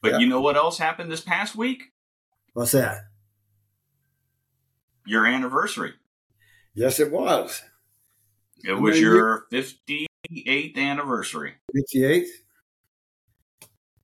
But Yeah. you know what else happened this past week? What's that? Your anniversary. Yes, it was. It was many your 58th anniversary. 58.